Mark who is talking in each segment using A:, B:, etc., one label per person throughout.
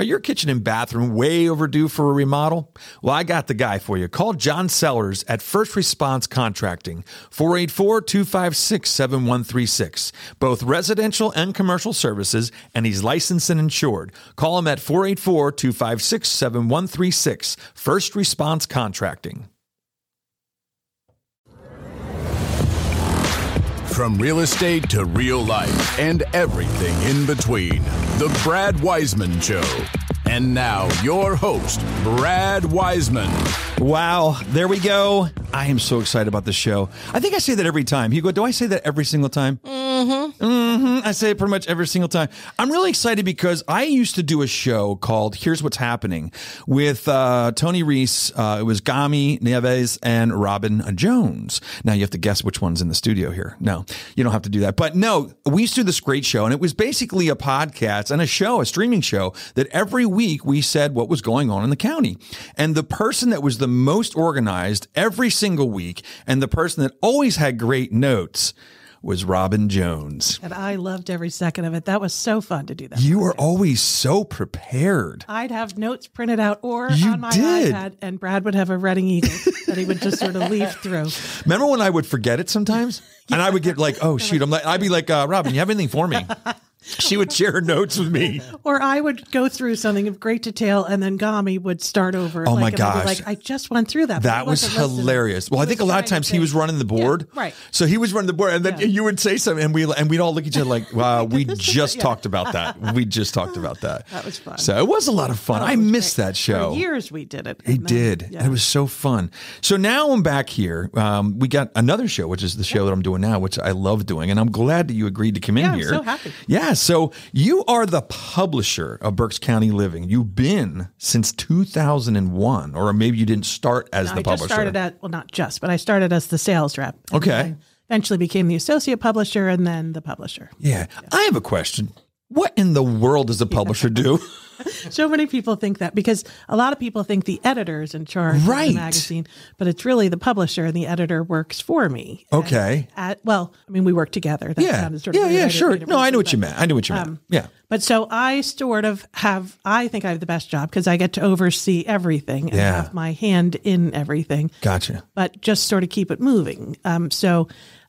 A: Are your kitchen and bathroom way overdue for a remodel? Well, I got the guy for you. Call John Sellers at First Response Contracting, 484 256 7136. Both residential and commercial services, and he's licensed and insured. Call him at 484 256 7136. First Response Contracting.
B: From real estate to real life and everything in between, The Brad Wiseman Show. And now, your host, Brad Wiseman.
A: Wow, there we go. I am so excited about this show. I think I say that every time. Hugo, do I say that every single time? I say it pretty much every single time. I'm really excited because I used to do a show called "Here's What's Happening" with uh, Tony Reese. Uh, it was Gami Neves and Robin Jones. Now you have to guess which one's in the studio here. No, you don't have to do that. But no, we used to do this great show, and it was basically a podcast and a show, a streaming show that every week we said what was going on in the county, and the person that was the most organized every single week, and the person that always had great notes. Was Robin Jones.
C: And I loved every second of it. That was so fun to do that.
A: You are always so prepared.
C: I'd have notes printed out or
A: You
C: on my
A: did.
C: iPad, and Brad would have a running eagle that he would just sort of leaf through.
A: Remember when I would forget it sometimes, and I would get like, "Oh shoot!" I'm like, I'd be like, uh, "Robin, you have anything for me?" She would share her notes with me.
C: Or I would go through something of great detail, and then Gami would start over.
A: Oh, my
C: and I'd be
A: gosh.
C: Like I just went through that. but
A: That
C: it
A: was
C: wasn't listening."
A: hilarious. Well, I
C: He
A: think a lot
C: trying
A: of
C: to
A: times he was
C: think.
A: running the board,
C: Yeah, right.
A: So he was running the board, and then
C: Yeah.
A: you would say something, and we and we'd all look at each other like, "Wow, we just talked about that. We just talked about that."
C: That was fun.
A: So it was a lot of fun. I missed that show.
C: For years we did it.
A: He
C: and then-
A: did.
C: yeah.
A: And It was so fun. So now I'm back here. Um, we got another show, which is the show that I'm doing now, which I love doing. And I'm glad that you agreed to come in
C: Yeah, I'm
A: here.
C: so happy.
A: Yeah. So you are the publisher of Berks County Living. You've been since 2001, or maybe you didn't start as
C: I
A: the
C: just
A: publisher.
C: started at well, not just, but I started as the sales rep. And
A: Okay.
C: I eventually became the associate publisher and then the publisher.
A: yeah. I have a question. What in the world does a publisher do?
C: So many people think that because a lot of people think the editor is in charge of
A: Right.
C: the magazine, but it's really the publisher and the editor works for me. And
A: Okay.
C: at- well, I mean, we work together. That
A: Oh. yeah.
C: sounded sort of
A: yeah. Yeah.
C: weird. I
A: Sure.
C: didn't mean to
A: No, I
C: mention,
A: knew what you
C: but- um,
A: meant. I knew what you meant. Yeah.
C: But so I sort of have, I think I have the best job because I get to oversee everything and
A: Yeah.
C: have my hand in everything,
A: Gotcha.
C: but just sort of keep it moving. Um, so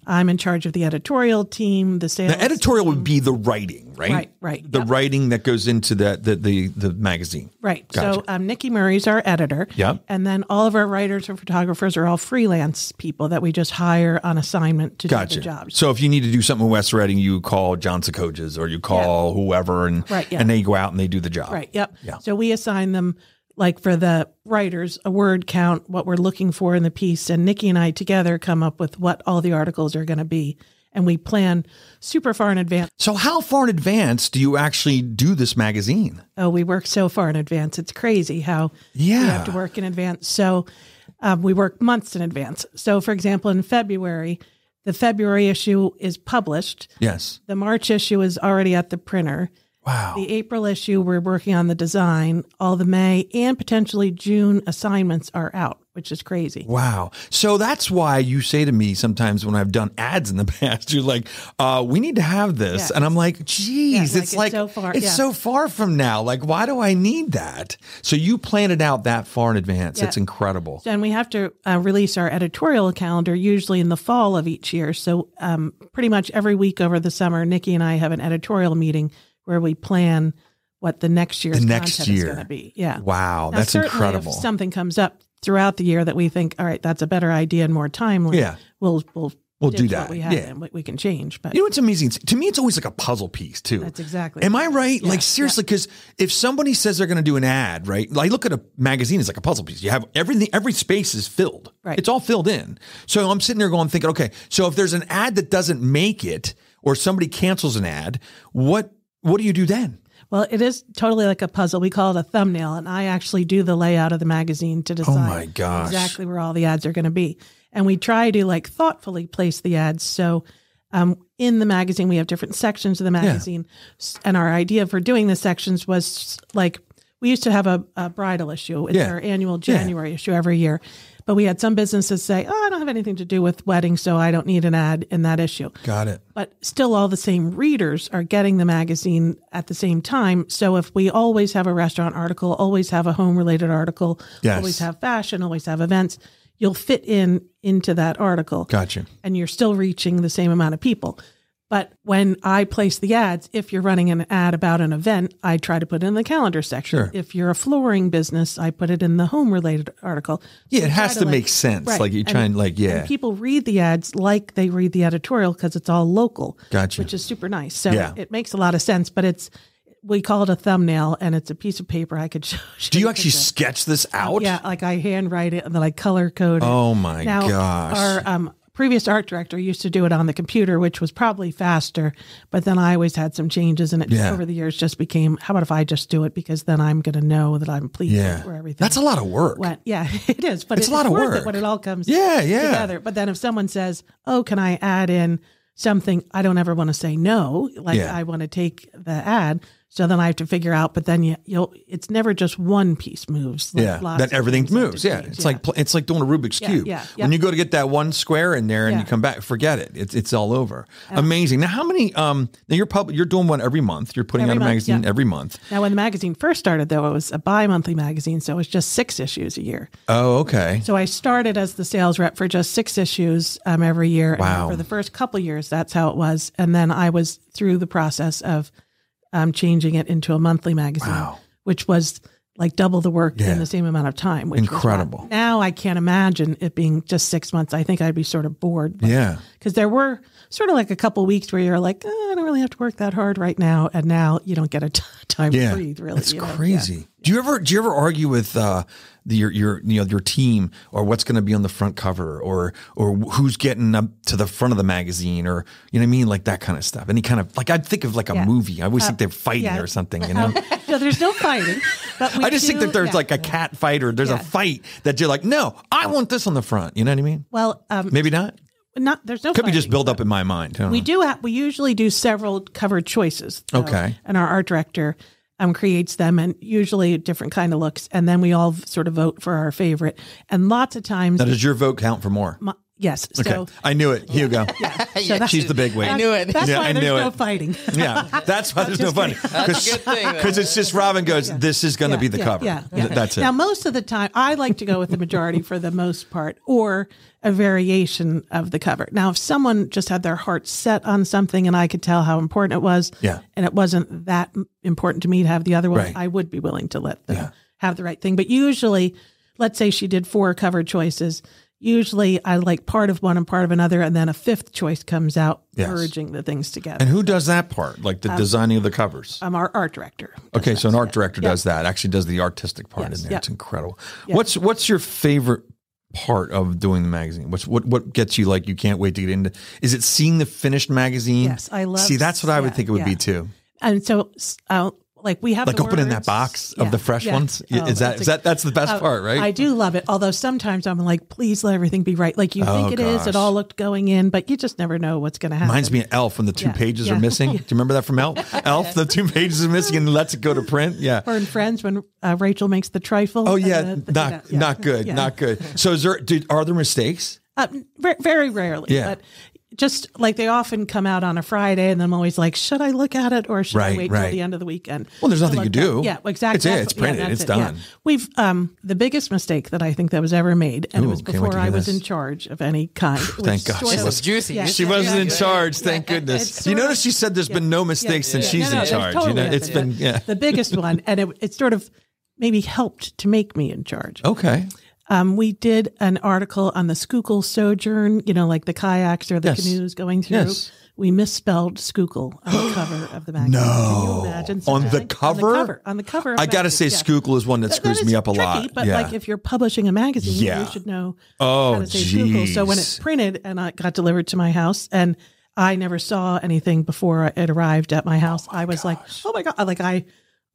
C: I'm in charge of the editorial team, the sales.
A: The editorial would be the writing, right?
C: Right, right.
A: The
C: Yep.
A: writing that goes into the the the, the magazine.
C: Right.
A: Gotcha.
C: So um, Nikki Murray's our editor.
A: Yep.
C: And then all of our writers and photographers are all freelance people that we just hire on assignment to do
A: Gotcha.
C: the jobs.
A: So if you need to do something with West Reading, you call John Sacoges or you call whoever, and
C: Right, yeah.
A: and they go out and they do the job.
C: Right. Yep.
A: Yeah.
C: So we assign them like for the writers a word count, what we're looking for in the piece, and Nikki and I together come up with what all the articles are going to be, and we plan super far in advance.
A: So how far in advance do you actually do this magazine?
C: Oh, we work so far in advance. It's crazy how
A: Yeah.
C: we have to work in advance. So um, we work months in advance. So for example, in February, the February issue is published.
A: Yes.
C: The March issue is already at the printer.
A: Wow.
C: The April issue, we're working on the design. All the May and potentially June assignments are out, which is crazy.
A: Wow. So that's why you say to me sometimes when I've done ads in the past, you're like, uh, we need to have this.
C: Yeah.
A: And I'm like, geez,
C: Yeah, like,
A: it's,
C: it's
A: like,
C: so far-
A: it's
C: yeah.
A: so far from now. Like, why do I need that? So you plan it out that far in advance.
C: Yeah.
A: It's incredible.
C: And we have to uh, release our editorial calendar usually in the fall of each year. So, um, pretty much every week over the summer, Nikki and I have an editorial meeting where we plan what the next year's
A: The next
C: content
A: year.
C: is going to be. Yeah.
A: Wow.
C: Now,
A: that's
C: certainly
A: incredible.
C: If something comes up throughout the year that we think, all right, that's a better idea and more timely.
A: Yeah.
C: We'll, we'll,
A: We'll do
C: ditch
A: that.
C: What we have
A: Yeah.
C: and what we can change. But
A: You know what's amazing? It's- To me, it's always like a puzzle piece, too.
C: That's exactly
A: Am
C: right.
A: I right?
C: Yeah,
A: Like, seriously, because if somebody says they're going to do an ad, right? Like, I look at a magazine, it's like a puzzle piece. You have everything, every space is filled.
C: Right.
A: It's all filled in. So I'm sitting there going, thinking, okay, so if there's an ad that doesn't make it or somebody cancels an ad, what what do you do then?
C: Well, it is totally like a puzzle. We call it a thumbnail, and I actually do the layout of the magazine to decide
A: Oh my gosh.
C: exactly where all the ads are going to be. And we try to like thoughtfully place the ads. So um, in the magazine, we have different sections of the magazine, S- and our idea for doing the sections was like we used to have a, a bridal issue. It's
A: Yeah.
C: our annual
A: Yeah.
C: January issue every year. But we had some businesses say, oh, I don't have anything to do with weddings, so I don't need an ad in that issue.
A: Got it.
C: But still, all the same readers are getting the magazine at the same time. So if we always have a restaurant article, always have a home related article,
A: Yes.
C: always have fashion, always have events, you'll fit in into that article
A: Gotcha.
C: and you're still reaching the same amount of people. But when I place the ads, if you're running an ad about an event, I try to put it in the calendar section.
A: Sure.
C: If you're a flooring business, I put it in the home related article.
A: Yeah, it
C: We
A: has
C: try
A: to
C: like-
A: make sense.
C: Right.
A: Like you try and like yeah.
C: And people read the ads like they read the editorial because it's all local.
A: Gotcha.
C: Which is super nice. So
A: Yeah.
C: it makes a lot of sense, but it's we call it a thumbnail and it's a piece of paper I could show.
A: Do
C: show
A: you
C: a
A: actually
C: picture.
A: sketch this out?
C: Yeah, like I handwrite it and then I color code it.
A: Oh my
C: Now,
A: gosh.
C: Our um, previous art director used to do it on the computer, which was probably faster. But then I always had some changes, and it
A: Yeah.
C: over the years just became, how about if I just do it because then I'm going to know that I'm pleased
A: yeah.
C: for everything.
A: That's a lot of work.
C: When- yeah, it is. But
A: It's a
C: it-
A: lot of
C: worth
A: work.
C: it when it all comes
A: Yeah, yeah.
C: together. But then if someone says, "Oh, can I add in something?" I don't ever want to say no. Like
A: Yeah.
C: I want to take the ad. So then I have to figure out. But then you, you'll. It's never just one piece moves. like
A: Yeah,
C: lots
A: that
C: of
A: everything
C: things have to
A: moves. Yeah,
C: change.
A: it's like pl- it's like doing a Rubik's
C: Yeah,
A: cube.
C: yeah,
A: When
C: yeah.
A: you go to get that one square in there and you
C: Yeah.
A: come back, forget it. It's it's all over. Amazing. Now, how many? Um, now you're pub- you're doing one every month. You're putting out
C: Every
A: a
C: month,
A: magazine
C: yeah.
A: every month.
C: Now, when the magazine first started, though, it was a bi monthly magazine, so it was just six issues a year.
A: Oh, okay.
C: So I started as the sales rep for just six issues um, every year. And
A: Wow.
C: for the first couple years, that's how it was. And then I was through the process of um, changing it into a monthly magazine,
A: Wow.
C: which was like double the work
A: Yeah.
C: in the same amount of time. Which was wild.
A: Incredible.
C: now I can't imagine it being just six months. I think I'd be sort of bored. But
A: yeah.
C: because there were sort of like a couple weeks where you're like, oh, I don't really have to work that hard right now, and now you don't get a t- time
A: Yeah.
C: to breathe. Really,
A: That's
C: you know? Yeah.
A: crazy. Do you ever do you ever argue with uh, the, your your you know your team or what's going to be on the front cover or or who's getting up to the front of the magazine or you know what I mean like that kind of stuff. Any kind of like I'd think of like a
C: Yeah. Uh,
A: movie. I always think they're fighting
C: yeah. Um,
A: or something. You know.
C: No, there's no fighting. But we
A: I just think
C: do-
A: that there's
C: yeah.
A: like a cat fight or there's a
C: Yeah.
A: fight that you're like, no, I want this on the front. You know what I mean?
C: well, um,
A: Maybe not.
C: not there's no
A: Could be
C: fighting.
A: just build up in my mind. I don't
C: We
A: know.
C: do have we usually do several cover choices. though,
A: Okay.
C: and our art director um, creates them, and usually different kind of looks, and then we all sort of vote for our favorite. And lots of times,
A: Now, does your vote count for more?
C: my- yes.
A: Okay,
C: So
A: I knew it. Here you go.
C: that's-
A: She's the big weight.
D: I knew it.
C: that's
A: Yeah,
C: why
A: I
C: there's
A: knew
C: no
A: it.
C: fighting.
A: Yeah, that's why there's no funny
D: That's a good thing.
A: because it's just Robin goes. This is going to
C: Yeah,
A: be the
C: yeah,
A: cover.
C: Yeah,
A: Th-
C: yeah.
A: That's it.
C: Now, most of the time, I like to go with the majority for the most part, or a variation of the cover. Now, if someone just had their heart set on something, and I could tell how important it was,
A: Yeah.
C: and it wasn't that m- important to me to have the other one,
A: Right.
C: I would be willing to let them have the right thing. But usually, let's say she did four cover choices. Usually, I like part of one and part of another, and then a fifth choice comes out,
A: Yes.
C: merging the things together.
A: and who does that part? Like
C: Um,
A: the designing of the covers.
C: I'm our art director.
A: Okay, so an art director does that. Actually, does the artistic part in there.
C: yeah.
A: It's incredible. What's What's your favorite part of doing the magazine? What's what What gets you like? You can't wait to get into. Is it seeing the finished magazine?
C: Yes, I love-
A: See, that's what I would
C: yeah,
A: think it would be
C: yeah.
A: too.
C: and so uh, like we have
A: Like
C: the
A: opening that
C: words.
A: box of
C: Yeah,
A: the fresh
C: yeah.
A: ones.
C: Oh,
A: is that
C: it's
A: is
C: a-
A: that that's the best
C: uh,
A: part, right?
C: I do love it. Although sometimes I'm like, please let everything be right. Like you
A: Oh,
C: think it is.
A: gosh.
C: It all looked going in, but you just never know what's going to happen.
A: Reminds me of Elf when the two
C: Yeah,
A: pages are
C: yeah.
A: missing. Do you remember that from Elf? Elf, the two pages are missing and lets it go to print. Yeah.
C: Or in Friends when uh, Rachel makes the trifle.
A: Oh
C: and
A: yeah,
C: the- the-
A: not
C: yeah.
A: not good,
C: Yeah.
A: not good. So is there? Did, are there mistakes?
C: Uh, ver- very rarely.
A: Yeah.
C: But just like they often come out on a Friday, and I'm always like, should I look at it or should
A: Right,
C: I wait
A: right.
C: till the end of the weekend?
A: Well, there's
C: to
A: nothing you
C: look
A: can do.
C: at- Yeah, exactly.
A: It's it.
C: That's-
A: It's printed. It's
C: that's yeah.
A: done.
C: We've um, the biggest mistake that I think that was ever made, and
A: Ooh,
C: it was
A: can't wait to
C: before I
A: hear
C: was
A: this.
C: in charge of any kind.
A: Thank
C: which
A: God.
C: sort
A: She
C: of-
A: was-
D: juicy.
C: Yeah.
A: She wasn't in
D: Yeah.
A: charge. Thank goodness.
C: It's
A: You
C: sort of-
A: notice she said there's been no mistakes since
D: Yeah.
A: she's
C: No, no,
A: in
C: there's
A: charge. you
C: totally
A: know,
C: nothing.
A: it's been yeah.
C: the biggest one, and it, it sort of maybe helped to make me in charge.
A: Okay.
C: Um, we did an article on the Schuylkill Sojourn, you know, like the kayaks or the
A: Yes.
C: canoes going through.
A: Yes.
C: We misspelled Schuylkill on the cover of the magazine. Can you imagine
A: On the
C: something?
A: cover?
C: On the cover. On the cover of
A: I got to say,
C: magazine, yeah.
A: Schuylkill is one that
C: That
A: screws
C: is
A: me up a
C: tricky,
A: lot.
C: But
A: yeah.
C: like if you're publishing a magazine,
A: Yeah.
C: you should know
A: Oh,
C: how to say Schuylkill. So when
A: jeez.
C: it printed and I got delivered to my house and I never saw anything before it arrived at my house. I was "Oh like, oh my God. Like I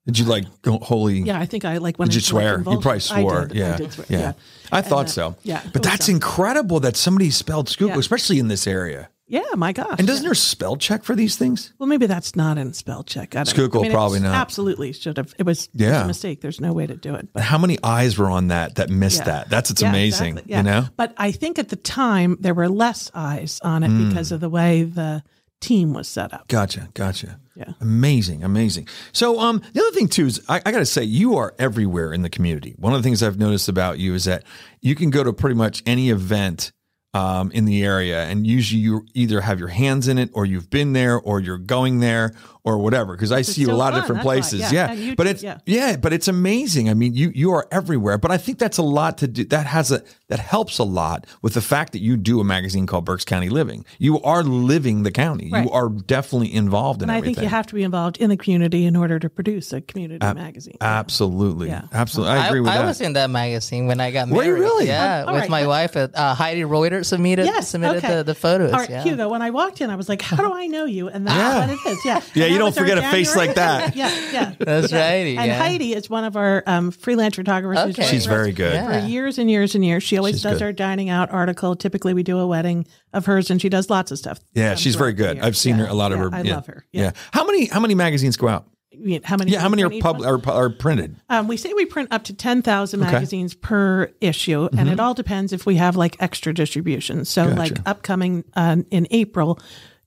A: Did you like go, holy?
C: Yeah, I think I like when
A: Did you swear? You probably swore.
C: I did,
A: yeah.
C: I did swear.
A: yeah.
C: yeah.
A: I thought
C: uh,
A: so.
C: yeah, it
A: But
C: was
A: that's
C: dumb.
A: incredible that somebody spelled Schuylkill,
C: Yeah.
A: especially in this area.
C: Yeah, my gosh.
A: And doesn't
C: yeah.
A: there spell check for these things?
C: well, maybe that's not in spell check. I don't know.
A: Schuylkill,
C: I mean, it
A: probably not.
C: Absolutely should have. It was, it was
A: Yeah.
C: a mistake. There's no way to do it. But
A: How many eyes were on that that missed
C: Yeah.
A: that? That's it's
C: Yeah,
A: amazing.
C: exactly. Yeah.
A: You know?
C: But I think at the time there were less eyes on it
A: Hmm.
C: because of the way the team was set up.
A: Gotcha, gotcha.
C: Yeah.
A: Amazing, amazing. So um the other thing too is I, I gotta say, you are everywhere in the community. One of the things I've noticed about you is that you can go to pretty much any event um, in the area and usually you either have your hands in it or you've been there or you're going there or whatever because i see you a
C: so
A: lot
C: fun,
A: of different
C: that's why,
A: places
C: yeah,
A: yeah,
C: and you
A: but
C: do,
A: it's
C: yeah.
A: yeah, but it's amazing. I mean, you you are everywhere, but I think that's a lot to do. That has a that helps a lot with the fact that you do a magazine called Berks County Living. You are living the county.
C: Right.
A: You are definitely involved in
C: And I
A: everything.
C: think you have to be involved in the community in order to produce a community magazine.
A: absolutely,
C: Yeah.
A: absolutely. I agree with
D: I,
A: that.
D: was in that magazine when I got
A: Were
D: married.
A: you really?
D: Yeah,
C: All- all
D: with
C: right.
D: my wife. Uh, Heidi Reuter submitted
C: Yes,
D: submitted
C: okay.
D: the, the photos.
C: All right,
D: yeah.
C: Hugo. When I walked in, I was like, "How do I know you?" And that's
A: Yeah.
C: what it is. Yeah,
A: Yeah,
C: And
A: you
C: that
A: don't
C: was our
A: forget a face
C: January-
A: like that.
C: yeah, yeah.
D: That's
C: Yeah.
D: right,
C: And
D: yeah.
C: Heidi is one of our um, freelance photographers. who's
D: Okay.
C: worked
A: She's
C: for us
A: very good.
D: Yeah.
C: for years and years and years. She always
A: She's
C: does
A: good.
C: our dining out article. Typically, we do a wedding of hers, and she does lots of stuff.
A: Yeah,
C: um,
A: she's very
C: throughout the
A: good.
C: year.
A: I've seen
C: Yeah,
A: her a lot of
C: yeah,
A: her.
C: I
A: yeah.
C: love her. Yeah.
A: How many how many magazines go out?
C: I mean, how many?
A: Yeah, how many are
C: we need
A: pub
C: one?
A: are, are printed?
C: Um, we say we print up to 10,000 magazines per issue,
A: Mm-hmm.
C: and it all depends if we have like extra distribution. So, like upcoming um, in April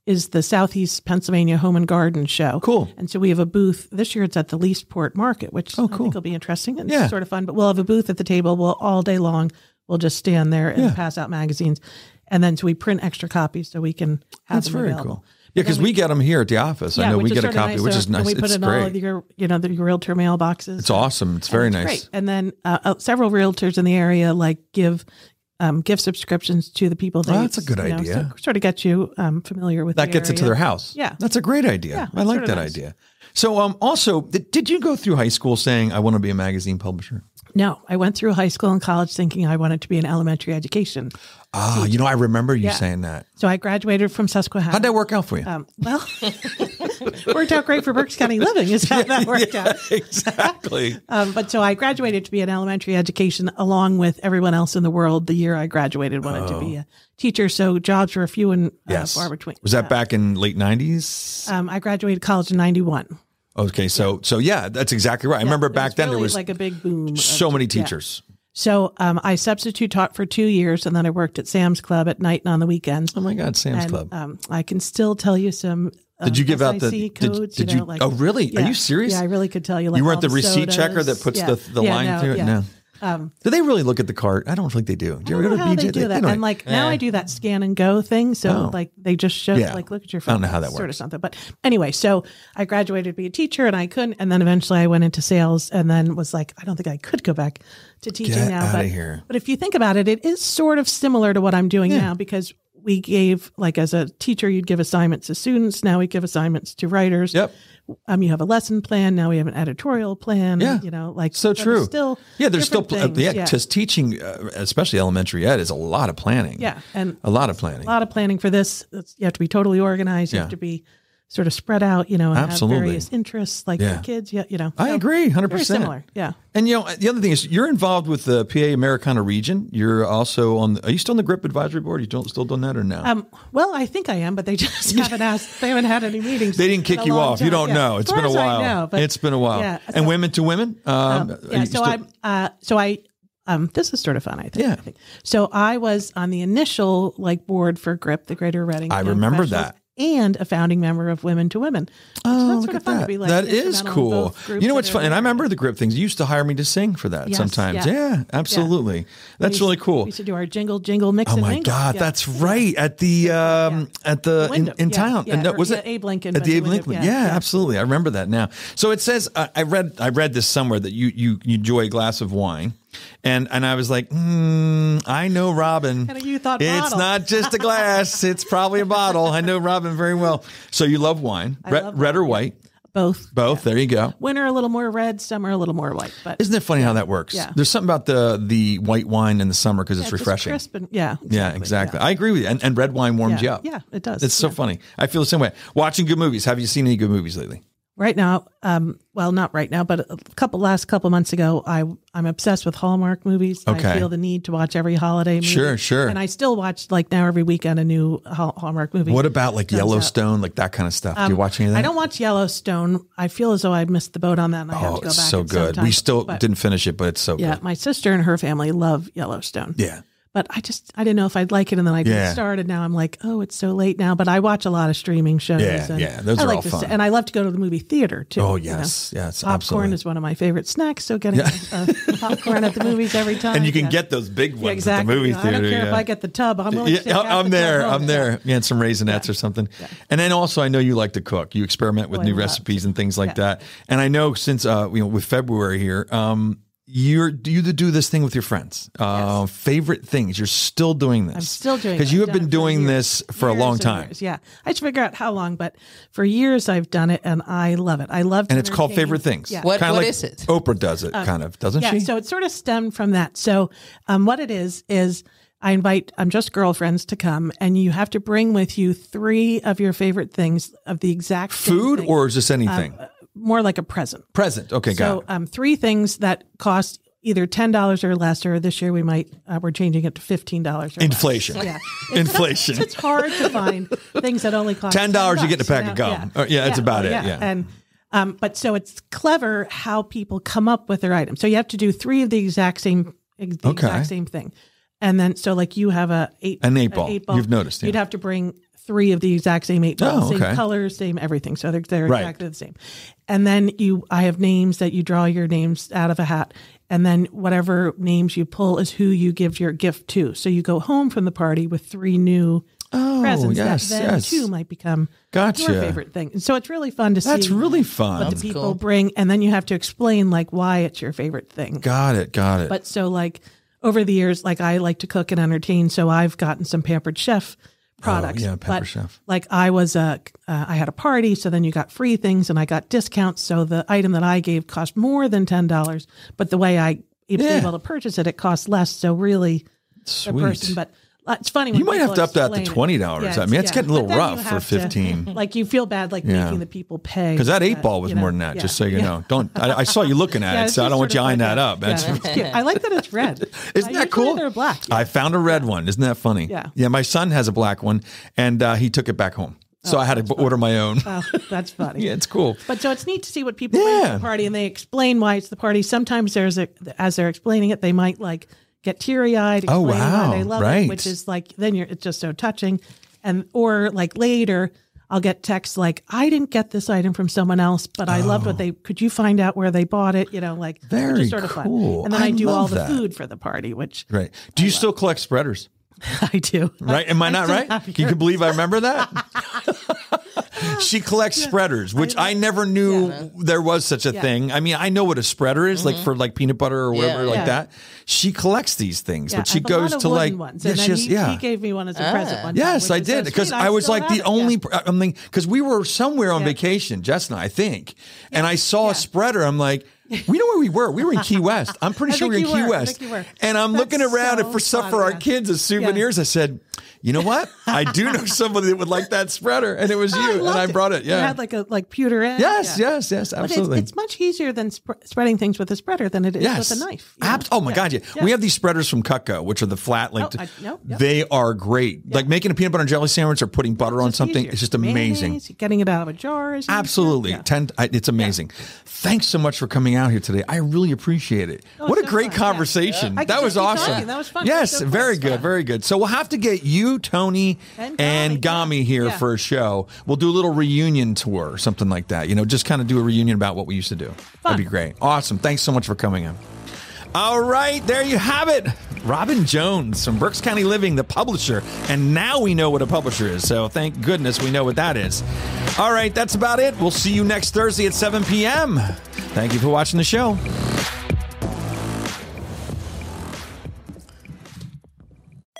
C: is the Southeast Pennsylvania Home and Garden Show.
A: Cool. Oh,
C: And so we have a booth this year, it's at the Leastport Market, which I
A: cool.
C: think will be interesting and
A: Yeah.
C: sort of fun. But we'll have a booth at the table. We'll all day long, we'll just stand there and pass out magazines. And then so we print extra copies so we can have
A: That's
C: them
A: very
C: available.
A: cool. Yeah, because we get them here at the office. I know
C: which
A: we
C: is
A: get a
C: sorta
A: copy, which
C: So-
A: is
C: and
A: nice.
C: we put
A: It's
C: in all
A: great.
C: of your, you know, the realtor mailboxes.
A: it's awesome. It's very nice.
C: Great. And then uh, uh, several realtors in the area like give um, gift subscriptions to the people. That
A: Oh, that's a good
C: you know,
A: idea.
C: so- sort of gets you um, familiar with
A: that
C: the
A: gets it to
C: area.
A: their house.
C: Yeah.
A: that's a great idea. I
C: it's
A: like
C: sorta
A: that
C: nice.
A: idea. So, um, also, th- did you go through high school saying I want to be a magazine publisher?
C: No, I went through high school and college thinking I wanted to be in elementary education.
A: Ah, you know, I remember you saying that.
C: So I graduated from Susquehanna.
A: How'd that work out for you?
C: Um, well, worked out great for Berks County Living is how that worked out.
A: exactly.
C: Um, but so I graduated to be an elementary education along with everyone else in the world. The year I graduated, wanted to be a teacher. So jobs were few and uh,
A: Oh. yes.
C: far between.
A: Was that back in late nineties?
C: Um, I graduated college in '91.
A: Okay, so so yeah, that's exactly right. I remember back then there was
C: like a big boom. of-
A: so many
C: yeah.
A: teachers.
C: So um, I substitute taught for two years, and then I worked at Sam's Club at night and on the weekends.
A: Oh my God, Sam's
C: and
A: Club.
C: Um, I can still tell you some. um,
A: Did you give out the- did-
C: SIC codes?
A: did
C: you, know,
A: you-
C: like,
A: oh, really? Are
C: yeah.
A: you serious?
C: Yeah, I really could tell you. Like,
A: you weren't
C: all
A: the receipt
C: sodas.
A: checker that puts
C: Yeah.
A: the the
C: Yeah,
A: line
C: no,
A: through it.
C: yeah.
A: No.
C: Um,
A: do they really look at the cart? I don't think they do. Do you
C: I
A: ever
C: don't
A: go
C: know
A: to
C: how
A: BJ?
C: they
A: They-
C: do
A: they
C: that.
A: don't-
C: And like now I do that scan and go thing. So
A: Oh.
C: like they just show
A: Yeah.
C: like look at your
A: I
C: phone.
A: don't know how that
C: sort
A: works.
C: of something. But anyway, so I graduated to be a teacher and I couldn't and then eventually I went into sales and then was like, I don't think I could go back to teaching
A: Get
C: now.
A: outta
C: but
A: here.
C: but if you think about it, it is sort of similar to what I'm doing now because we gave like as a teacher you'd give assignments to students now we give assignments to writers
A: Yep.
C: um you have a lesson plan now we have an editorial plan
A: Yeah.
C: you know like
A: So
C: but it's
A: true.
C: still
A: yeah, there's still uh,
C: different
A: yeah,
C: things,
A: just teaching, uh, especially elementary ed, is a lot of planning.
C: Yeah, and
A: a lot of planning.
C: a lot of planning for this. It's- You have to be totally organized. You
A: Yeah.
C: have to be sort of spread out, you know, and
A: Absolutely.
C: have various interests like
A: Yeah.
C: the kids. Yeah, you know,
A: I
C: So,
A: agree, hundred
C: Very
A: percent.
C: similar. Yeah.
A: And you know, the other thing is, you're involved with the PA Americana region. You're also on. Are you still on the GRIP advisory board? You don't still doing that or no?
C: Um, well, I think I am, but they just haven't asked. They haven't had any meetings.
A: they didn't
C: in
A: kick
C: a
A: you
C: long
A: off. You
C: time.
A: don't
C: Yeah.
A: know.
C: As
A: It's
C: far
A: been a
C: as I
A: while.
C: know, but-
A: it's been a while.
C: Yeah,
A: and
C: so-
A: women to women. Um, are
C: yeah,
A: you
C: so
A: still-
C: I'm uh, so I um, this is sort of fun, I think.
A: Yeah.
C: I think. So I was on the initial like board for GRIP, the Greater Reading.
A: I
C: Young
A: remember
C: Professionals,
A: that.
C: And a founding member of Women to Women.
A: Oh,
C: that's
A: look
C: sort
A: at
C: of fun
A: that.
C: to be like
A: that is
C: instrumental in
A: cool.
C: both groups
A: You know
C: that
A: what's
C: are
A: fun? And I
C: in there.
A: remember the grip things. You used to hire me to sing for that
C: Yes,
A: sometimes. Yeah,
C: yeah.
A: absolutely. That's really
C: We
A: cool.
C: used to do our jingle, jingle, mix
A: Oh
C: and
A: my
C: mingle.
A: God,
C: Yeah.
A: that's right at the um, at the in,
C: Wyndham,
A: in
C: yeah,
A: town.
C: yeah,
A: and that,
C: or-
A: was
C: yeah,
A: it
C: Abe Lincoln
A: at the
C: was
A: Abe
C: Wyndham,
A: Lincoln?
C: yeah,
A: Yeah,
C: yeah.
A: absolutely. I remember that now. So it says uh, I read I read this somewhere that you you you enjoy a glass of wine, and and I was like, mm, I know Robin.
C: Kinda you thought
A: it's
C: bottle.
A: not just a glass. it's probably a bottle. I know Robin very well. So you love wine, red,
C: love
A: red or
C: wine, yeah.
A: white,
C: both.
A: both. There you go.
C: Winter a little more red, summer a little more white, but
A: Isn't it funny how that works?
C: Yeah.
A: There's something about the the white wine in the summer because it's
C: just
A: refreshing.
C: crisp and- yeah,
A: Yeah, exactly. I agree with you. And, and red wine warms
C: Yeah.
A: you up.
C: Yeah, it does.
A: It's so
C: Yeah.
A: funny. I feel the same way. Watching good movies. Have you seen any good movies lately?
C: right now, um, well, not right now, but a couple last couple months ago, I I'm obsessed with Hallmark movies.
A: Okay.
C: I feel the need to watch every holiday movie.
A: Sure, sure.
C: And I still watch like now every weekend a new Hall- Hallmark movie.
A: What about like Yellowstone, like that kind of stuff? Do you watch any of that?
C: Um, I don't watch Yellowstone. I feel as though I missed the boat on that, and I have
A: Oh,
C: to go back.
A: it's so
C: at some
A: good. We
C: time.
A: still
C: But-
A: didn't finish it, but it's so
C: Yeah,
A: good.
C: my sister and her family love Yellowstone.
A: Yeah.
C: But I just I didn't know if I'd like it, and then I
A: Yeah.
C: started. start, and now I'm like, oh, it's so late now. But I watch a lot of streaming shows.
A: Yeah,
C: and
A: yeah, those
C: I
A: are
C: like
A: all
C: to
A: fun.
C: sit- and I love to go to the movie theater too.
A: Oh,
C: you know.
A: yes. Yes,
C: popcorn
A: absolutely.
C: is one of my favorite snacks. So getting uh, popcorn at the movies every time,
A: And you can
C: yeah.
A: get those big ones
C: Yeah, exactly.
A: at the movie
C: I
A: theater.
C: don't care
A: yeah.
C: if I get the tub. I'm willing to take
A: Yeah,
C: out
A: I'm
C: the
A: there.
C: tub.
A: I'm there. Yeah, and some raisinets or something. And then also, I know you like to cook. You experiment with
C: Oh, I
A: new
C: love
A: recipes and things like that. And I know since uh, you know with February here, um, you're do you do this thing with your friends. Uh, Favorite things. You're still doing this. I'm
C: still doing it.
A: because you
C: I've
A: have been
C: done it for
A: doing
C: years.
A: this for
C: Years
A: a long
C: and
A: time.
C: years. Yeah, I should figure out how long, but for years I've done it, and I love it. I love.
A: And it's called favorite things.
C: Yeah. Uh,
D: What-
A: Kinda
D: what
A: like
D: is it?
A: Oprah does it, kind of, doesn't
C: Yeah,
A: she?
C: so it sort of stemmed from that. So, um, what it is is I invite I'm just girlfriends to come, and you have to bring with you three of your favorite things of the exact same
A: Food
C: thing.
A: or is this anything?
C: more like a present.
A: Present. Okay, got
C: um, So,
A: it.
C: um, three things that cost either ten dollars or less, or this year we might uh, we're changing it to fifteen dollars.
A: Inflation.
C: Yeah.
A: Inflation.
C: It's hard to find things that only cost
A: Ten dollars, you get a
C: $10,
A: pack of gum. Or- yeah, that's about it, yeah.
C: Oh, and um, but so it's clever how people come up with their items. So you have to do three of the exact same, ex- the
A: Okay.
C: exact same thing, and then so like you have a eight
A: An eight
C: a
A: ball. You've noticed, yeah.
C: You'd have to bring six of the exact same eight balls,
A: Oh, okay.
C: same colors, same everything. So they're they're
A: Right.
C: exactly the same. And then you, I have names that you draw your names out of a hat, and then whatever names you pull is who you give your gift to. So you go home from the party with three new
A: Oh,
C: presents
A: yes,
C: that then
A: yes.
C: too might become
A: Gotcha.
C: your favorite thing. And so it's really fun to
A: That's
C: see
A: really
C: what
A: fun.
C: the people
D: cool.
C: bring, and then you have to explain like why it's your favorite thing.
A: Got it. Got it.
C: But so like over the years, like I like to cook and entertain, so I've gotten some Pampered Chef products.
A: Oh, yeah, Pampered
C: But,
A: Chef.
C: Like I was a, uh, I had a party, so then you got free things and I got discounts. So the item that I gave cost more than ten dollars, but the way I was
A: Yeah.
C: able to purchase it, it cost less. So really, the
A: Sweet.
C: person, but. uh, It's funny.
A: You might
C: when
A: have
C: people
A: to up that to
C: explain it.
A: $20. I mean, it's getting a little
C: But then
A: rough
C: you
A: for
C: have to-
A: 15.
C: like you feel bad, like
A: Yeah.
C: making the people pay uh,
A: Because that eight ball was
C: you know,
A: more than that.
C: yeah,
A: Just so you
C: yeah.
A: know, don't. I, I saw you looking at
C: Yeah,
A: it,
C: it's
A: so I don't
C: just sort
A: want
C: of
A: you eyeing
C: like
A: that up.
C: Yeah,
A: That's-
C: that's cute. I like that it's red.
A: Isn't that
C: Uh, usually
A: cool?
C: They're black.
A: I found a red one. Isn't that funny?
C: Yeah.
A: Yeah. My son has a black one, and uh, he took it back home, so I had to b- order my own.
C: Oh, Wow, Oh, that's funny.
A: yeah, it's cool.
C: But so it's neat to see what people bring to
A: Yeah.
C: the party and they explain why it's the party. Sometimes there's a, as they're explaining it, they might like get teary eyed.
A: Oh, wow.
C: they love
A: Right.
C: it, which is like then you're it's just so touching, and or like later. I'll get texts like, "I didn't get this item from someone else, but I loved what they. Could you find out where they bought it? You know, like which is
A: Oh. Very
C: sort of
A: cool.
C: fun. And then
A: I
C: I, do all
A: love
C: the
A: that.
C: food for the party, which
A: Right. Do you still collect spreaders?
C: I do.
A: Right? Am I not
C: still
A: right?
C: have
A: You can
C: yours.
A: believe I remember that. she collects spreaders, which I, never knew there was such a thing. I mean, I know what a spreader is,
C: Mm-hmm.
A: like for like peanut butter or whatever, like
D: Yeah.
A: that. She collects these things,
C: Yeah,
A: but
C: I
A: she
C: have a
A: goes
C: lot of
A: to like
C: wooden ones.
A: yeah,
C: and
A: she
C: then
A: has-
C: he,
A: yeah.
C: he gave me one as a present. One time,
A: Yes,
C: which
A: I
C: is so
A: did because
C: sweet.
A: I, was
C: still
A: like
C: have
A: the
C: it. Yeah. Oh,
A: only. I mean, because we were somewhere on
C: Yeah.
A: vacation, Jess and I, I think, and I saw a spreader. I'm like, we know where we were. We were in Key West. I'm pretty
C: I
A: sure we
C: think
A: were in
C: you
A: Key
C: were. I
A: West.
C: think you were.
A: And I'm
C: That's
A: looking around
C: so
A: for stuff
C: fun,
A: for our
C: yeah.
A: kids as souvenirs. I said, you know what? I do know somebody that would like that spreader, and it was you.
C: Oh,
A: and
C: loved
A: I brought it. Yeah.
C: You had like a like pewter end.
A: yes,
C: yeah.
A: yes, yes.
C: But
A: Absolutely.
C: It's, it's much easier than sp- spreading things with a spreader than it is
A: Yes.
C: with a knife. you know?
A: Abs- oh my God! Yeah. we have these spreaders from Cutco, which are the flat, like
C: Oh, I- no, yep.
A: they are great. Like making a peanut butter and jelly sandwich or putting butter on
C: It's
A: something,
C: easier.
A: it's just amazing.
C: Mayonnaise, getting it out of a jar is easier.
A: Absolutely.
C: Yeah.
A: Ten, I, it's amazing. Thanks so much for coming out here today. I really appreciate it. what a
C: Oh, so
A: great
C: fun. Yeah.
A: conversation.
C: I could
A: That
C: just
A: was
C: keep
A: awesome.
C: talking. That was fun.
A: Yes,
C: So close.
A: very good.
C: Yeah.
A: Very good. So we'll have to get you, Tony, and
C: And
A: Gami,
C: Gami.
A: here
C: Yeah.
A: for a show. We'll do a little reunion tour, something like that. You know, just kind of do a reunion about what we used to do.
C: Fun.
A: That'd be great. Awesome. Thanks so much for coming in. All right, there you have it. Robin Jones from Berks County Living, the publisher. And now we know what a publisher is. So thank goodness we know what that is. All right, that's about it. We'll see you next Thursday at 7 p.m. Thank you for watching the show.